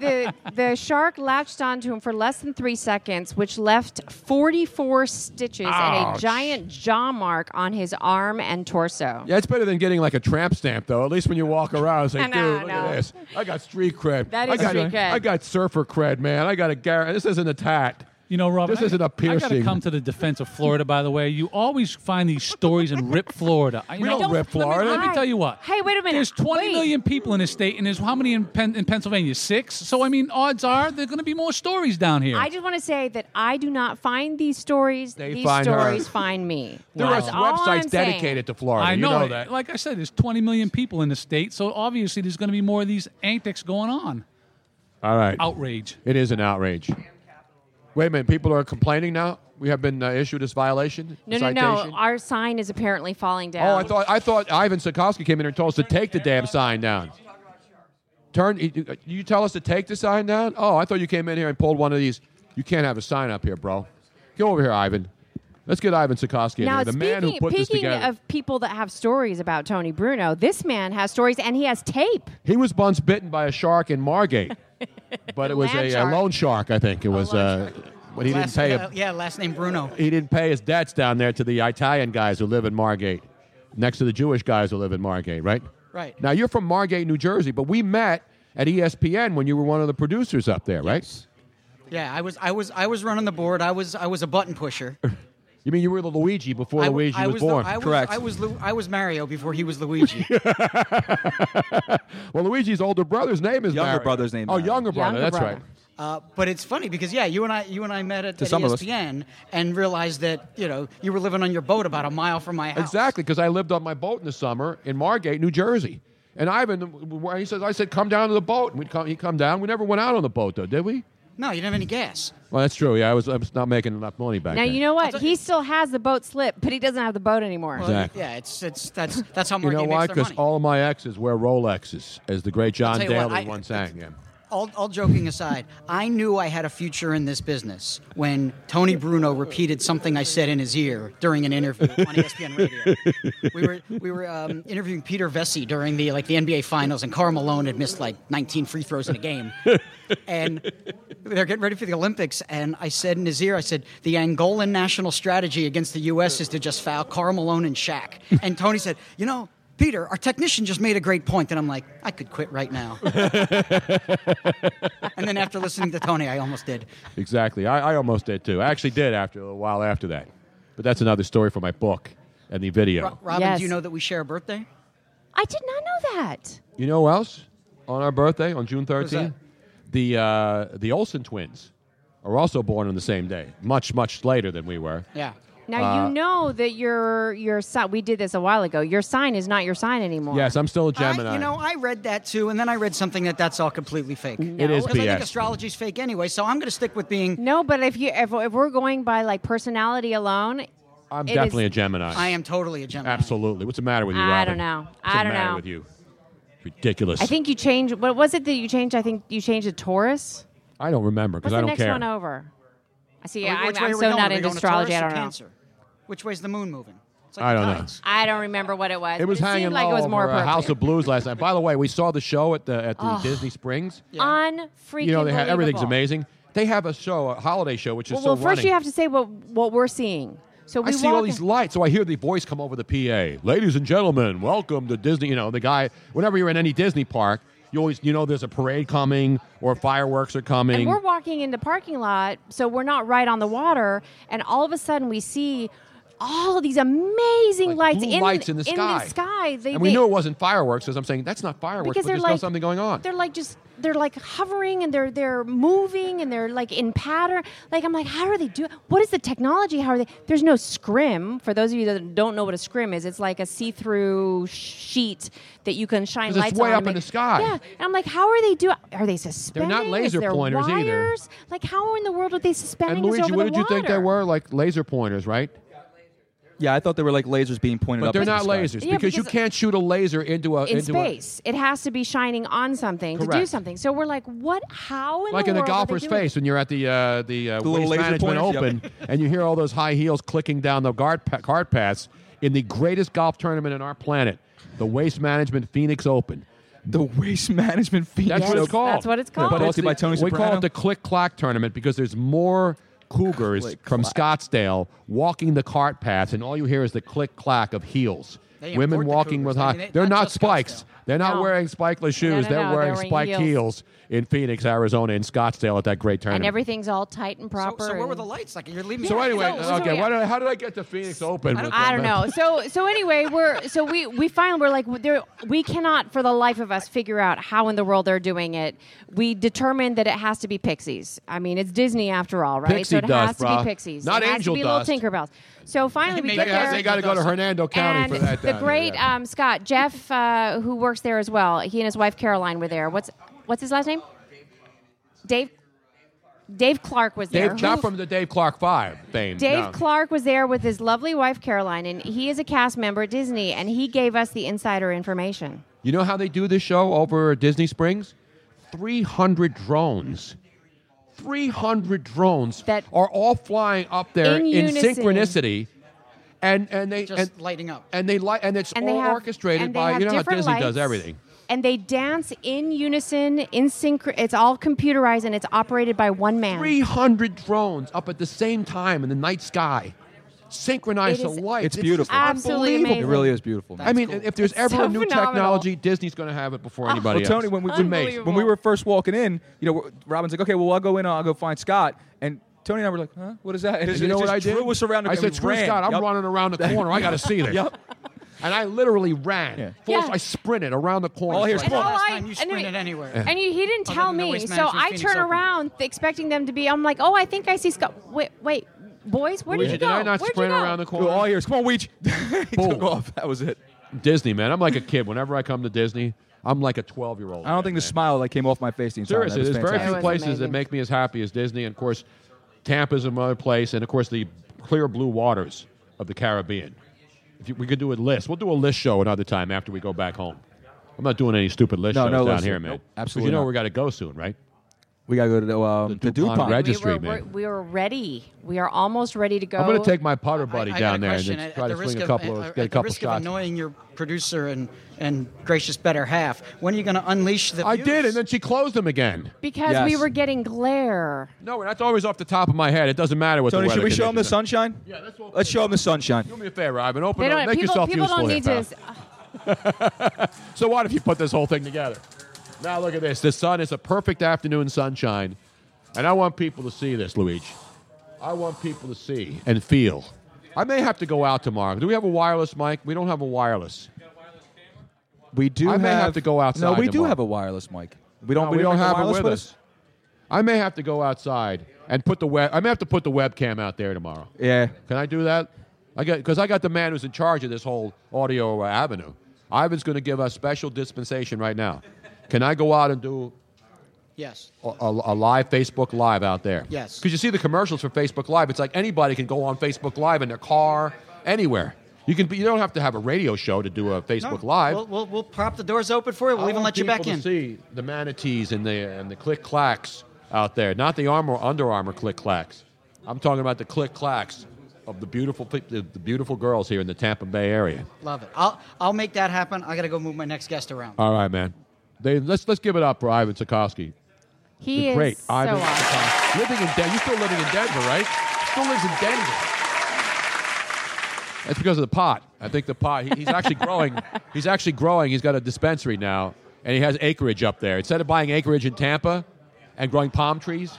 F: the the shark latched onto him for less than three seconds, which left 44 stitches and a
B: Ouch.
F: giant jaw mark on his arm and torso.
B: yeah, it's better than getting like a tramp stamp, though. At least when you walk around, it's like,
F: No,
B: dude, look
F: no.
B: at this. I got street cred.
F: That
B: I
F: is
B: got,
F: street cred.
B: I got surfer cred, man. I got a gar. This isn't a tat.
G: You know, Rob,
B: This isn't a
G: I gotta
B: piercing.
G: come to the defense of Florida. By the way, you always find these stories and rip Florida. I- you
B: We
G: know,
B: don't rip
G: let me-
B: Florida.
G: Let me, tell you what.
F: Hey, wait a minute.
G: There's 20 million
F: Wait.
G: people in this state, and there's how many in, Pen- in Pennsylvania? Six. So I mean, odds are there's going to be more stories down here.
F: I just want to say that I do not find these stories.
G: They
F: these
G: find her.
F: stories find me.
B: There
G: Wow.
B: are websites
F: I'm saying.
B: dedicated to Florida.
G: I
B: You
G: know,
B: know
G: it.
B: that.
G: Like I said, there's 20 million people in the state, so obviously there's going to be more of these antics going on.
B: All right.
G: Outrage.
B: It is an outrage. Wait a minute. People are complaining now. We have been uh, issued this violation.
F: No, no,
B: citation.
F: no. Our sign is apparently falling down.
B: Oh, I thought I thought Ivan Sikowski came in here and told us to take the damn sign down. Turn. You you tell us to take the sign down? Oh, I thought you came in here and pulled one of these. You can't have a sign up here, bro. Come over here, Ivan. Let's get Ivan Sikowski in
F: Now,
B: here, the man who
F: speaking,
B: put this
F: speaking
B: together.
F: of people that have stories about Tony Bruno, this man has stories and he has tape.
B: he was once bitten by a shark in Margate, but it was a,
F: Land
B: a
F: shark.
B: loan shark. I think it was. Uh, when he didn't
H: Last-
B: pay
H: uh,
B: a,
H: yeah, last name Bruno.
B: he didn't pay his debts down there to the Italian guys who live in Margate, next to the Jewish guys who live in Margate, right?
H: Right.
B: Now you're from Margate, New Jersey, but we met at E ESPN when you were one of the producers up there, right?
H: Yeah, I was I was I was running the board. I was I was a button pusher.
B: You mean you were the Luigi before
H: I, w-
B: Luigi
H: I
B: was,
H: the-
B: born?
H: I was, I was Lu- I was Mario before he was Luigi.
B: well, Luigi's older brother's name is
C: Younger
B: Mario.
C: brother's name
B: Oh,
C: Mario.
B: younger brother. that's right.
H: Uh, but it's funny because yeah, you and I you and I met at, E
B: To
H: at
B: some of us.
H: ESPN and realized that you know you were living on your boat about a mile from my house.
B: Exactly, because I lived on my boat in the summer in Margate, New Jersey. And Ivan, when he says, I said, come down to the boat. And we'd come, he'd come down. We never went out on the boat, though, did we?
H: No, you didn't have any gas.
B: Well, that's true. Yeah, I was, I was not making enough money back
F: Now
B: then.
F: you know what? He still has the boat slip, but he doesn't have the boat anymore.
B: Well, Exactly.
H: Yeah, it's it's that's that's how
B: You
H: Marty
B: know why?
H: makes their
B: Because
H: money.
B: all of my exes wear Rolexes, as the great John
H: tell you what,
B: Daly
H: I-
B: once sang. Yeah.
H: All, all joking aside, I knew I had a future in this business when Tony Bruno repeated something I said in his ear during an interview on E ESPN Radio. We were we were um, interviewing Peter Vesey during the like the NBA Finals, and Carl Malone had missed like 19 free throws in a game, and they're getting ready for the Olympics. And I said in his ear, I said the Angolan national strategy against the U.S. is to just foul Carl Malone and Shaq. And Tony said, you know. Peter, our technician just made a great point, and I'm like, I could quit right now. and then after listening to Tony, I almost did.
B: Exactly. I, I almost did too. I actually did after a while after that, but that's another story for my book and the video.
H: Ro- Robin,
F: Yes.
H: do you know that we share a birthday?
F: I did not know that.
B: You know who else? On our birthday on June
H: Who's that?
B: 13th, the uh, the Olsen twins are also born on the same day, much much later than we were.
H: Yeah.
F: Now
B: Uh,
F: you know that your your sign. We did this a while ago. Your sign is not your sign anymore.
B: Yes, I'm still a Gemini.
H: I, you know, I read that too, and then I read something that that's all completely fake.
B: It is
H: because I
B: BS.
H: think astrology's fake anyway. So I'm going to stick with being.
F: No, but if you if, if we're going by like personality alone,
B: I'm
F: it is-
B: definitely a Gemini.
H: I am totally a Gemini.
B: Absolutely. What's the matter with you,
F: I
B: Robin?
F: don't know.
B: What's
F: I
B: the
F: don't
B: matter
F: know.
B: with you? Ridiculous.
F: I think you changed. What was it that you changed? I think you changed to Taurus.
B: I don't remember because
F: What's
B: I
F: the
B: don't
F: next
B: care.
F: one over? I see.
H: Which
F: I'm,
H: way
F: I'm
H: are we
F: so
H: going? Are
F: not
H: we
F: into
H: going to
F: astrology.
H: Taurus
F: I
H: or
F: don't know.
H: Cancer? Which way's the moon moving? It's
B: I
H: the
B: don't know.
H: tides.
F: I don't remember what it was.
B: It was
F: but it
B: hanging
F: seemed like
B: all
F: it was
B: over
F: more
B: uh, House
F: appropriate.
B: of Blues last night. By the way, we saw the show at the at the
F: Oh.
B: Disney Springs.
F: on freaking.
B: you know, they have, everything's
F: believable.
B: amazing. They have a show, a holiday show, which is
F: Well,
B: so
F: well, first
B: running.
F: you have to say what what we're seeing. So we
B: I see
F: walk
B: all these lights, so I hear the voice come over the PA. Ladies and gentlemen, welcome to Disney. You know, the guy. Whenever you're in any Disney park, you always you know there's a parade coming or fireworks are coming.
F: And we're walking into parking lot, so we're not right on the water, and all of a sudden we see all of these amazing lights,
B: Blue
F: in,
B: lights in the sky.
F: sky. They,
B: and we
F: they-
B: knew it wasn't fireworks because I'm saying that's not fireworks,
F: because
B: but
F: they're
B: there's
F: like
B: no something going on.
F: They're like just they're like hovering and they're they're moving and they're like in pattern. Like I'm like, how are they doing? What is the technology? How are they? There's no scrim. For those of you that don't know what a scrim is, it's like a see-through sheet that you can shine
B: 'Cause it's
F: lights
B: way
F: on and
B: up in
F: make-
B: the sky.
F: Yeah, and I'm like, how are they doing? Are they suspending?
B: laser
F: is there
B: pointers
F: wires?
B: either.
F: Like how in the world are they suspending
B: And
F: us
B: Luigi,
F: over
B: what
F: the
B: did you think they
F: water?
B: were? Like laser pointers, right?
C: Yeah, I thought they were like lasers being pointed
B: But
C: up.
B: they're
C: into the
B: not
C: sky.
B: lasers
F: Yeah,
B: because, you
F: because-
B: can't shoot a laser into a
F: in
B: into
F: space. It has to be shining on something to do
B: Correct.
F: something. So we're like, what? How
B: A,
F: in
B: like
F: the
B: in a
F: world are they
B: golfer's
F: doing
B: face when you're at the uh, the, uh,
C: The little
B: waste
C: laser
B: management
C: pointers,
B: open, and you hear all those high heels clicking down the guard pa- card paths in the greatest golf tournament on our planet, the Waste Management Phoenix Open.
C: The Waste Management Phoenix.
B: That's what
C: Yes,
B: it's called.
F: that's what it's called.
B: But it's
C: Hosted by
B: the-
C: Tony
B: we call
C: Soprano?
B: it the Click Clack Tournament because there's more cougars from Scottsdale walking the cart paths, and all you hear is the click clack of heels.
C: They
B: Women
C: import the
B: walking
C: cougars.
B: with
C: I
B: high.
C: mean, they-
B: they're
C: not
B: not,
C: just
B: spikes. They're not
F: No.
B: wearing spikeless shoes.
F: No, no,
B: they're,
F: no, they're
B: wearing
F: wearing
B: spiked
F: heels.
B: heels. in Phoenix, Arizona, in Scottsdale at that great
F: And
B: tournament.
F: everything's all tight and proper.
H: So where were
F: and-
H: the lights? Like you're leaving.
B: so
H: me-
B: anyway,
F: so- so
B: okay.
F: yeah.
B: why did I- how did I get to Phoenix Open?
F: I
B: with
F: don't, I don't
B: that?
F: know. So so anyway, we're so we we finally we're like there we cannot for the life of us figure out how in the world they're doing it. We determined that it has to be pixies. I mean, it's Disney after all, right?
B: Pixie
F: so it
B: dust,
F: has to
B: brah.
F: be pixies.
B: Not
F: it has
B: angel
F: to be
B: dust.
F: little Tinkerbells. So finally we
B: They
F: get
B: got-
F: there.
B: they gotta go to Hernando County
F: and
B: for that
F: The
B: down there,
F: great
B: yeah.
F: um, Scott Jeff, uh, who works there as well. He and his wife Caroline were there. What's what's his last name? Dave. Dave Clark was there.
B: Dave,
F: Who-
B: not from the Dave Clark Five fame.
F: Dave
B: no.
F: Clark was there with his lovely wife Caroline, and he is a cast member at Disney, and he gave us the insider information.
B: You know how they do this show over at Disney Springs? 300 drones. 300 drones that are all flying up there
H: In
B: in,
H: unison.
B: synchronicity. And, and they
H: Just
B: and,
H: lighting up.
B: and they light and it's
F: And they
B: all
F: have-
B: orchestrated
F: and they
B: by
F: have
B: you know how
F: different
B: Disney does
F: lights.
B: everything.
F: And they dance in unison, in synch. It's all computerized, and it's operated by one man.
B: 300 drones up at the same time in the night sky, synchronized
F: It
B: to
F: is
B: lights.
C: It's beautiful.
F: absolutely
B: unbelievable.
F: amazing.
C: It really is beautiful.
B: I mean, if there's ever
F: so
B: a new
F: phenomenal.
B: technology, Disney's going to have it
C: Oh,
B: before anybody
C: well, Tony,
B: else.
C: when we, when,
B: Amazing.
C: when we were first walking in, you know, Robin's like, okay, well, I'll go in, I'll go find Scott. And Tony and I were like, huh, what is that? And
B: And
C: it-
B: you
C: it
B: know what
C: just
B: I did?
C: drew us around the
B: I said, "Screw Scott, I'm running around the corner. I got to see this."
C: Yep.
B: And I literally ran. Full- I sprinted around the corner.
C: All here's
B: It's like-
C: Paul.
F: All
H: Last
F: I-
H: time you
F: and
H: sprinted
F: then-
H: anywhere.
F: And you, he didn't
H: Other
F: tell
H: than the
F: me,
H: Waste
F: so
H: Management
F: I
H: Phoenix
F: turn
H: Open.
F: around expecting them to be. I'm like, oh, I think I see Scott. Wait, wait, boys, where did you
B: Did
F: go?
B: I not
F: Where'd you
B: sprint
F: go?
B: around the corner?
C: Go all ears. Come on, Weech. he took off. That was it.
B: Disney, man. I'm like a kid. Whenever I come to Disney, I'm like a 12 year old.
C: I don't think the smile like came off my face the entire time.
B: Seriously,
C: That was
B: there's very
C: fantastic.
B: few places that make me as happy as Disney. And of course, Tampa's another place, and of course, the clear blue waters of the Caribbean. If you, we could do a list, we'll do a list show another time after we go back home. I'm not doing any stupid list
C: No,
B: shows
C: no
B: down
C: list.
B: here, man.
C: Nope,
B: 'Cause
C: absolutely
B: You know
C: not.
B: we got to go soon, right?
C: We got to go to the, um, the
B: DuPont
C: DuPont.
F: We
B: registry,
F: were,
B: man.
F: we're- we were ready. We are almost ready to go.
B: I'm going to take my putter buddy
H: Oh, I got
B: down
H: a
B: there and
H: question.
B: just
H: At-
B: try
H: at
B: to
H: the risk
B: swing a
H: of- uh,
B: couple,
H: at-
B: of, get a
H: At the
B: couple
H: risk of
B: shots.
H: annoying your producer and, and gracious better half, when are you going to unleash the
B: I
H: views?
B: did, and then she closed them again.
F: because we were getting glare.
B: No, that's always off the top of my head. It doesn't matter what
C: Tony,
B: the
C: should
B: weather
C: we show him the
B: conditions are.
C: sunshine? Yeah, that's what Let's show him the sunshine.
B: Do me a favor, Ivan. Open
F: They
B: up.
F: don't.
B: Make
F: People,
B: yourself
F: people
B: useful
F: don't
B: here,
F: need
B: pal.
F: to.
B: So what if you put this whole thing together? Now look at this. The sun is a perfect afternoon sunshine, and I want people to see this, Luigi. I want people to see and feel. I may have to go out tomorrow. Do we have a wireless mic? We don't have a wireless.
C: We do.
B: I may have,
C: have-
B: to go outside.
C: No, we do
B: tomorrow.
C: have a wireless mic. We don't.
B: No,
C: we
B: we
C: don't bring
B: don't
C: a
B: have it
C: wireless
B: with
C: with
B: us. I may have to go outside and put the web. I may have to put the webcam out there tomorrow.
C: Yeah.
B: Can I do that? I got because I got the man who's in charge of this whole audio uh, avenue. Ivan's going to give us special dispensation right now. Can I go out and do
H: Yes.
B: a, a- a live Facebook Live out there?
H: Yes.
B: Because you see the commercials for Facebook Live. It's like anybody can go on Facebook Live in their car, anywhere. You can. be- You don't have to have a radio show to do a Facebook
H: No,
B: Live.
H: We'll, we'll, we'll prop the doors open for you. We'll
B: I
H: even
B: want
H: let you back
B: people
H: in.
B: to see the manatees and the and the click clacks out there, not the armor Under Armour click clacks. I'm talking about the click clacks of the beautiful pe- the, the beautiful girls here in the Tampa Bay area.
H: Love it. I'll I'll make that happen. I got to go move my next guest around.
B: All right, man. They, let's let's give it up for Ivan Sikorsky.
F: He
B: the
F: is
B: great
F: so
B: Ivan
F: awesome.
B: Sikorsky. Living in Denver. You're still living in Denver, right? Still lives in Denver. That's because of the pot. I think the pot. He, he's actually growing. He's actually growing. He's got a dispensary now, and he has acreage up there. Instead of buying acreage in Tampa and growing palm trees,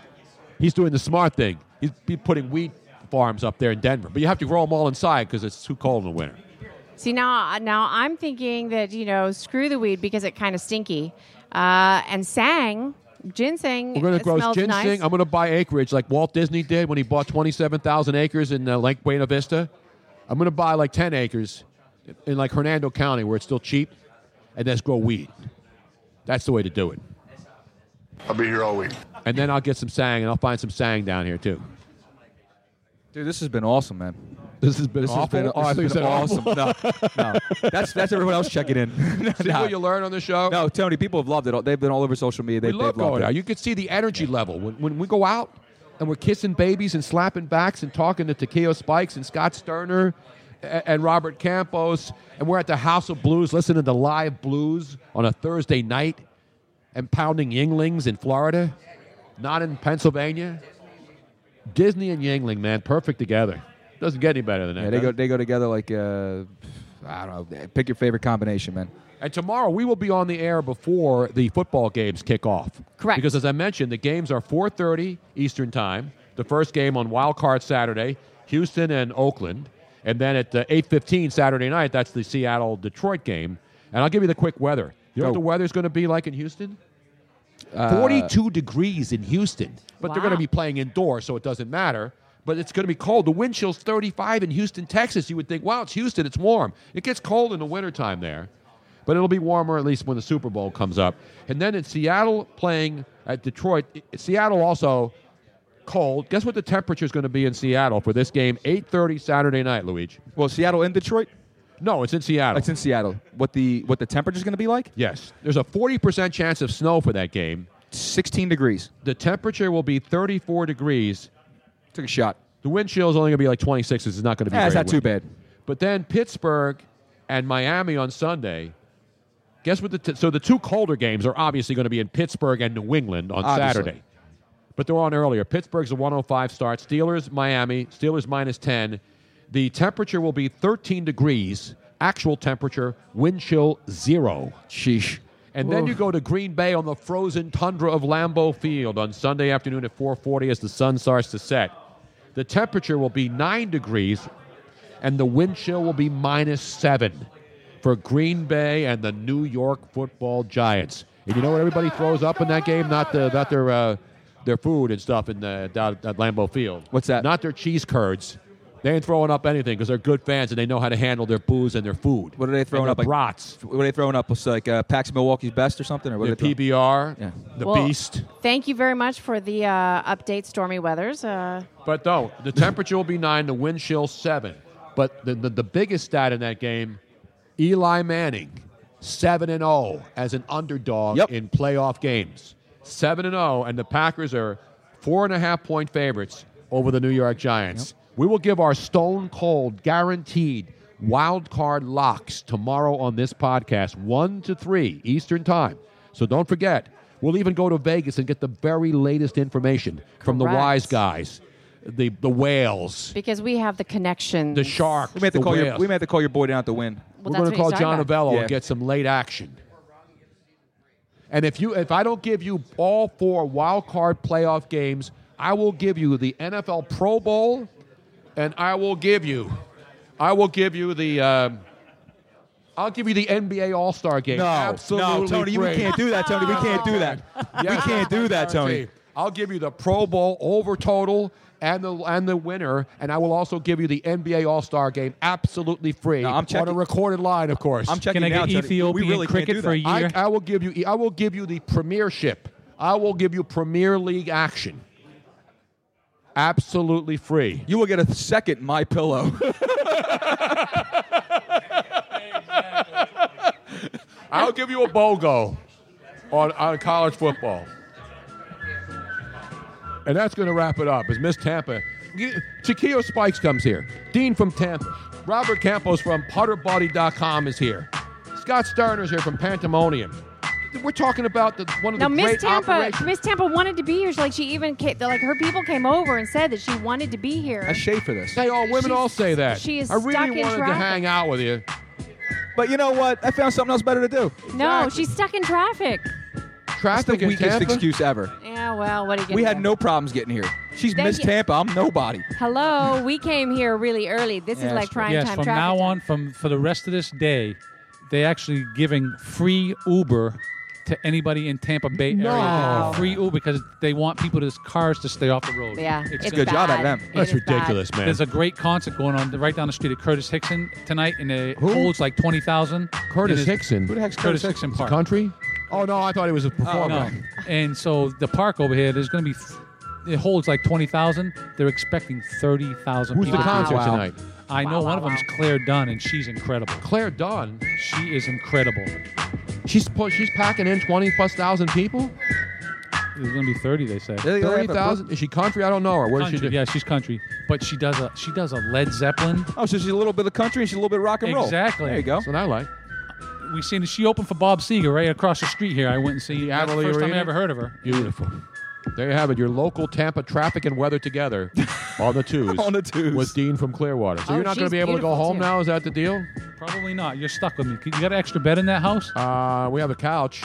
B: he's doing the smart thing. He's be putting wheat farms up there in Denver, but you have to grow them all inside because it's too cold in the winter.
F: See now, uh, now I'm thinking that you know, screw the weed because it kind of stinky, uh, and sang ginseng.
B: We're going to
F: it
B: grow
F: smells
B: ginseng.
F: Nice.
B: I'm going to buy acreage like Walt Disney did when he bought 27,000 acres in uh, Lake Buena Vista. I'm going to buy like 10 acres in like Hernando County where it's still cheap and just grow weed. That's the way to do it.
J: I'll be here all week.
B: And then I'll get some sang and I'll find some sang down here too.
C: Dude, this has been awesome, man.
B: This has been
C: This
B: awful.
C: has been,
B: Oh,
C: this
B: I
C: has
B: said
C: been awesome.
B: awful.
C: no, no. That's, that's everyone else checking in.
B: See what you learn on the show?
C: No, Tony, people have loved it. They've been all over social media. They,
B: we love
C: they've loved
B: going
C: it.
B: out. You can see the energy level when, when we go out and we're kissing babies and slapping backs and talking to Takeo Spikes and Scott Sterner and, and Robert Campos, and we're at the House of Blues listening to live blues on a Thursday night and pounding Yinglings in Florida, not in Pennsylvania. Disney and Yingling, man, perfect together. Doesn't get any better than that.
C: yeah, they
B: does
C: go
B: it?
C: they go together like uh, I don't know. Pick your favorite combination, man.
B: And tomorrow we will be on the air before the football games kick off.
F: Correct.
B: Because as I mentioned, the games are 4:30 Eastern Time. The first game on Wild Card Saturday, Houston and Oakland, and then at uh, 8:15 Saturday night, that's the Seattle Detroit game. And I'll give you the quick weather. You know what
C: Go.
B: the weather's going to be like in Houston? 42 degrees in Houston. But they're going to
C: Wow.
B: be playing indoors, so it doesn't matter. But it's going to be cold. The wind chill's 35 in Houston, Texas. You would think, wow, it's Houston, it's warm. It gets cold in the wintertime there. But it'll be warmer at least when the Super Bowl comes up. And then in Seattle playing at Detroit, i- Seattle also cold. Guess what the temperature is going to be in Seattle for this game? 8:30 Saturday night, Luigi.
C: Well, Seattle in Detroit?
B: No, it's in Seattle.
C: It's in Seattle. What the what the temperature's going to be like?
B: Yes. There's a 40% chance of snow for that game.
C: 16 degrees.
B: The temperature will be 34 degrees.
C: Took a shot.
B: The wind chill is only going to be like 26. It's not going to be
C: Eh, it's
B: very
C: not too
B: windy. But then Pittsburgh and Miami on Sunday. Guess what? The t- so the two colder games are obviously going to be in Pittsburgh and New England on
C: Obviously.
B: Saturday. But they're on earlier. Pittsburgh's a 105 start. Steelers, Miami. Steelers minus 10. The temperature will be 13 degrees. Actual temperature. Wind chill zero.
C: Sheesh.
B: And then you go to Green Bay on the frozen tundra of Lambeau Field on Sunday afternoon at 4:40 as the sun starts to set. The temperature will be 9 degrees and the wind chill will be minus 7 for Green Bay and the New York Football Giants. And you know what everybody throws up in that game? Not the not their uh, their food and stuff in the down at Lambeau Field. What's that? Not their cheese curds. They ain't throwing up anything because they're good fans and they know how to handle their booze and their food.
C: What are they throwing
B: And
C: up?
B: their
C: Like
B: brats.
C: What are they throwing up? It's like uh, Pax Milwaukee's best or something, or what?
B: The
C: are they throwing?
B: PBR, the
F: Well,
B: Beast.
F: Thank you very much for the uh, update, Stormy Weathers. Uh,
B: But no, the temperature will be nine, the wind chill seven. But the, the, the biggest stat in that game, Eli Manning, seven and zero as an underdog in playoff games. Seven and zero, and the Packers are four and a half point favorites over the New York Giants. We will give our stone cold, guaranteed wild card locks tomorrow on this podcast, one to three Eastern time. So don't forget. We'll even go to Vegas and get the very latest information from the
F: Correct.
B: wise guys the the whales,
F: because we have the connection.
B: the sharks.
C: We may have to
B: the
C: call your
B: whales.
C: we may have to call your boy down at the win.
B: We're
F: Well, that's
B: going
F: what
B: to
F: he's
B: call
F: talking
B: John
F: about.
B: Avello
C: Yeah.
B: and get some late action. And if you if I don't give you all four wild card playoff games, I will give you the NFL Pro Bowl, and I will give you, I will give you the. Um, I'll give you the NBA All Star game.
C: No,
B: Absolutely
C: no, Tony,
B: free.
C: we can't do that, Tony. We can't do that. we
B: Yes,
C: can't do that, Tony.
B: guarantee. I'll give you the Pro Bowl over total and the and the winner, and I will also give you the NBA All Star game absolutely free
C: No, I'm
B: on a
C: checking-
B: recorded line, of course.
C: I'm checking Can I now, get Tony. Ethiopian We really can't cricket do that. for a year?
B: I, I will give you. e, I will give you the Premiership. I will give you Premier League action. Absolutely free.
C: You will get a second my pillow.
B: I'll give you a BOGO on, on college football. And that's going to wrap it up. Is Miss Tampa. Chiquillo Spikes comes here. Dean from Tampa. Robert Campos from PutterBody.com is here. Scott Starner's here from Pantomonium. We're talking about the, one of
F: Now,
B: the
F: Miss
B: great
F: Tampa,
B: operations.
F: Miss Tampa wanted to be here. She, like she even, came, like her people came over and said that she wanted to be here.
C: shave for this.
B: They all women
F: She's-
B: all say that.
F: she is
B: I really
F: stuck in
B: wanted to
F: traffic.
B: hang out with you.
C: But you know what? I found something else better to do.
F: No, she's stuck in traffic.
C: That's
B: Traffic
C: the
B: in
C: weakest
B: Tampa?
C: excuse ever.
F: Yeah, well, what do you get?
C: We had
F: there?
C: no problems getting here. She's
F: Then
C: Miss
F: you-
C: Tampa. I'm nobody.
F: Hello, we came here really early. This
C: Yeah,
F: is
C: that's
F: like
C: true.
F: prime
G: yes,
F: time
G: from
F: traffic.
G: now on, from for the rest of this day, they actually giving free Uber to anybody in Tampa Bay
B: No.
G: area. Free Uber because they want people to cars to stay off the road.
F: Yeah, it's
G: gonna-
F: Good job out of bad. them. It
B: That's
F: is bad.
B: ridiculous, man.
G: There's a great concert going on right down the street at Curtis Hickson tonight, and it holds like twenty thousand.
B: Curtis Hickson.
G: Who the heck's Curtis Hickson
B: It's a
G: Park?
B: Country? Oh, no, I thought it was a
G: Oh,
B: performer.
G: no. And so the park over here, there's going to be f- it holds like 20,000. They're expecting 30,000
B: Who's
G: people.
B: the
G: to
B: concert
G: go out.
B: tonight?
G: I know one of them's Claire Dunn, and she's incredible.
B: Claire Dunn?
G: She is incredible.
B: She's pu- she's packing in twenty plus thousand people.
G: There's going to be 30, they say.
B: Thirty thousand. Is she country? I don't know her. What does she
G: Country,
B: do?
G: Yeah, she's country, but she does a she does a Led Zeppelin.
C: Oh, so she's a little bit of country and she's a little bit of rock and roll.
G: Exactly.
C: There you go. That's
B: what I like.
G: We seen she opened for Bob Seger right across the street here. I went and seen. That's the
B: Amalie
G: first time I
B: Arena?
G: ever heard of her.
B: Beautiful. There you have it. Your local Tampa traffic and weather together on the twos.
G: On
B: the twos. With Dean from Clearwater. So
G: Oh,
B: you're not going
G: she's
B: to be able to go
G: beautiful,
B: home
G: too.
B: now. Is that the deal?
G: Probably not. You're stuck with me. You got an extra bed in that house?
B: Uh, we have a couch.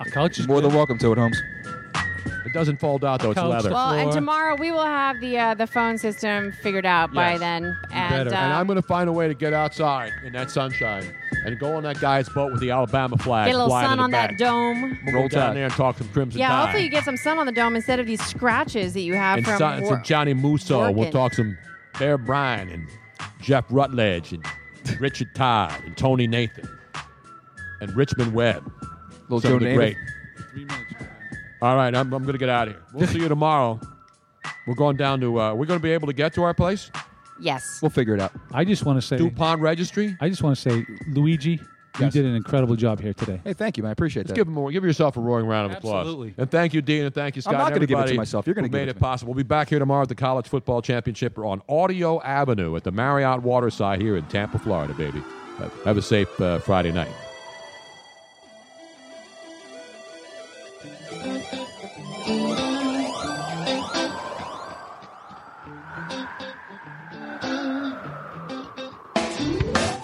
G: A couch is
C: More than welcome to it, Holmes.
B: It doesn't fold out though. It's
C: Couch
B: leather.
F: Well, and tomorrow we will have the uh, the phone system figured out by
B: Yes.
F: then. And,
B: Better.
F: uh,
B: and I'm going to find a way to get outside in that sunshine and go on that guy's boat with the Alabama flag.
F: get a little
B: flying in
F: sun
B: the
F: on
B: back.
F: that dome.
B: We'll go down there and talk some Crimson
F: Yeah,
B: Tide.
F: hopefully you get some sun on the dome instead of these scratches that you have
B: and
F: from.
B: some,
F: war-
B: some Johnny Musso. We'll
F: Morgan.
B: talk some Bear Bryant and Jeff Rutledge and Richard Todd and Tony Nathan and Richmond Webb.
C: Little
B: Some of
C: Joe
B: the
C: Namath.
B: great. All right, I'm, I'm going to get out of here. We'll see you tomorrow. We're going down to. Uh, we're going to be able to get to our place.
F: yes.
C: We'll figure it out.
G: I just want to say
B: DuPont Registry.
G: I just want to say Luigi, you
B: Yes.
G: did an incredible job here today.
C: Hey, thank you, man. I appreciate
B: Let's
C: that.
B: give, him a, give yourself a roaring round of applause.
C: Absolutely.
B: And thank you, Dean, and thank you, Scott.
C: not
B: and
C: gonna give it to
B: everybody
C: myself. You're gonna
B: who
C: give
B: made
C: it
B: it,
C: to me.
B: possible. We'll be back here tomorrow at the College Football Championship on Audio Avenue at the Marriott Waterside here in Tampa, Florida, baby. Have- Have a safe uh, Friday night.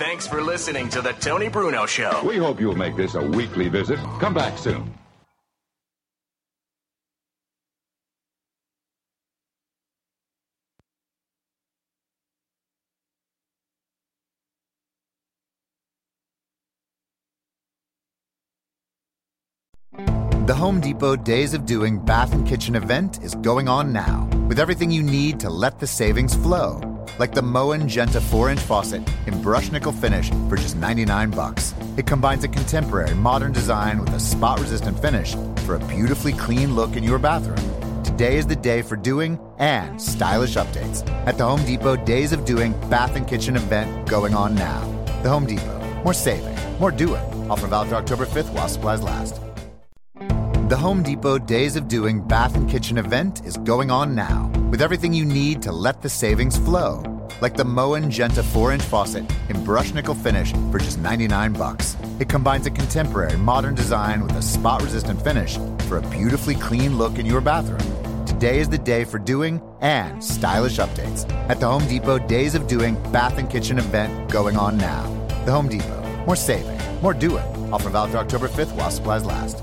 I: Thanks for listening to The Tony Bruno Show.
K: We hope you'll make this a weekly visit. Come back soon.
E: The Home Depot Days of Doing Bath and Kitchen event is going on now with everything you need to let the savings flow, like the Moen Genta 4-inch faucet in brush nickel finish for just 99 bucks. It combines a contemporary modern design with a spot-resistant finish for a beautifully clean look in your bathroom. Today is the day for doing and stylish updates at the Home Depot Days of Doing Bath and Kitchen event going on now. The Home Depot. More saving, more doing. Offer valid through October 5th while supplies last. The Home Depot Days of Doing Bath and Kitchen event is going on now with everything you need to let the savings flow, like the Moen Genta 4-inch faucet in brush nickel finish for just 99 bucks. It combines a contemporary modern design with a spot-resistant finish for a beautifully clean look in your bathroom. Today is the day for doing and stylish updates at the Home Depot Days of Doing Bath and Kitchen event going on now. The Home Depot. More saving, more doing. Offer valid through October 5th while supplies last.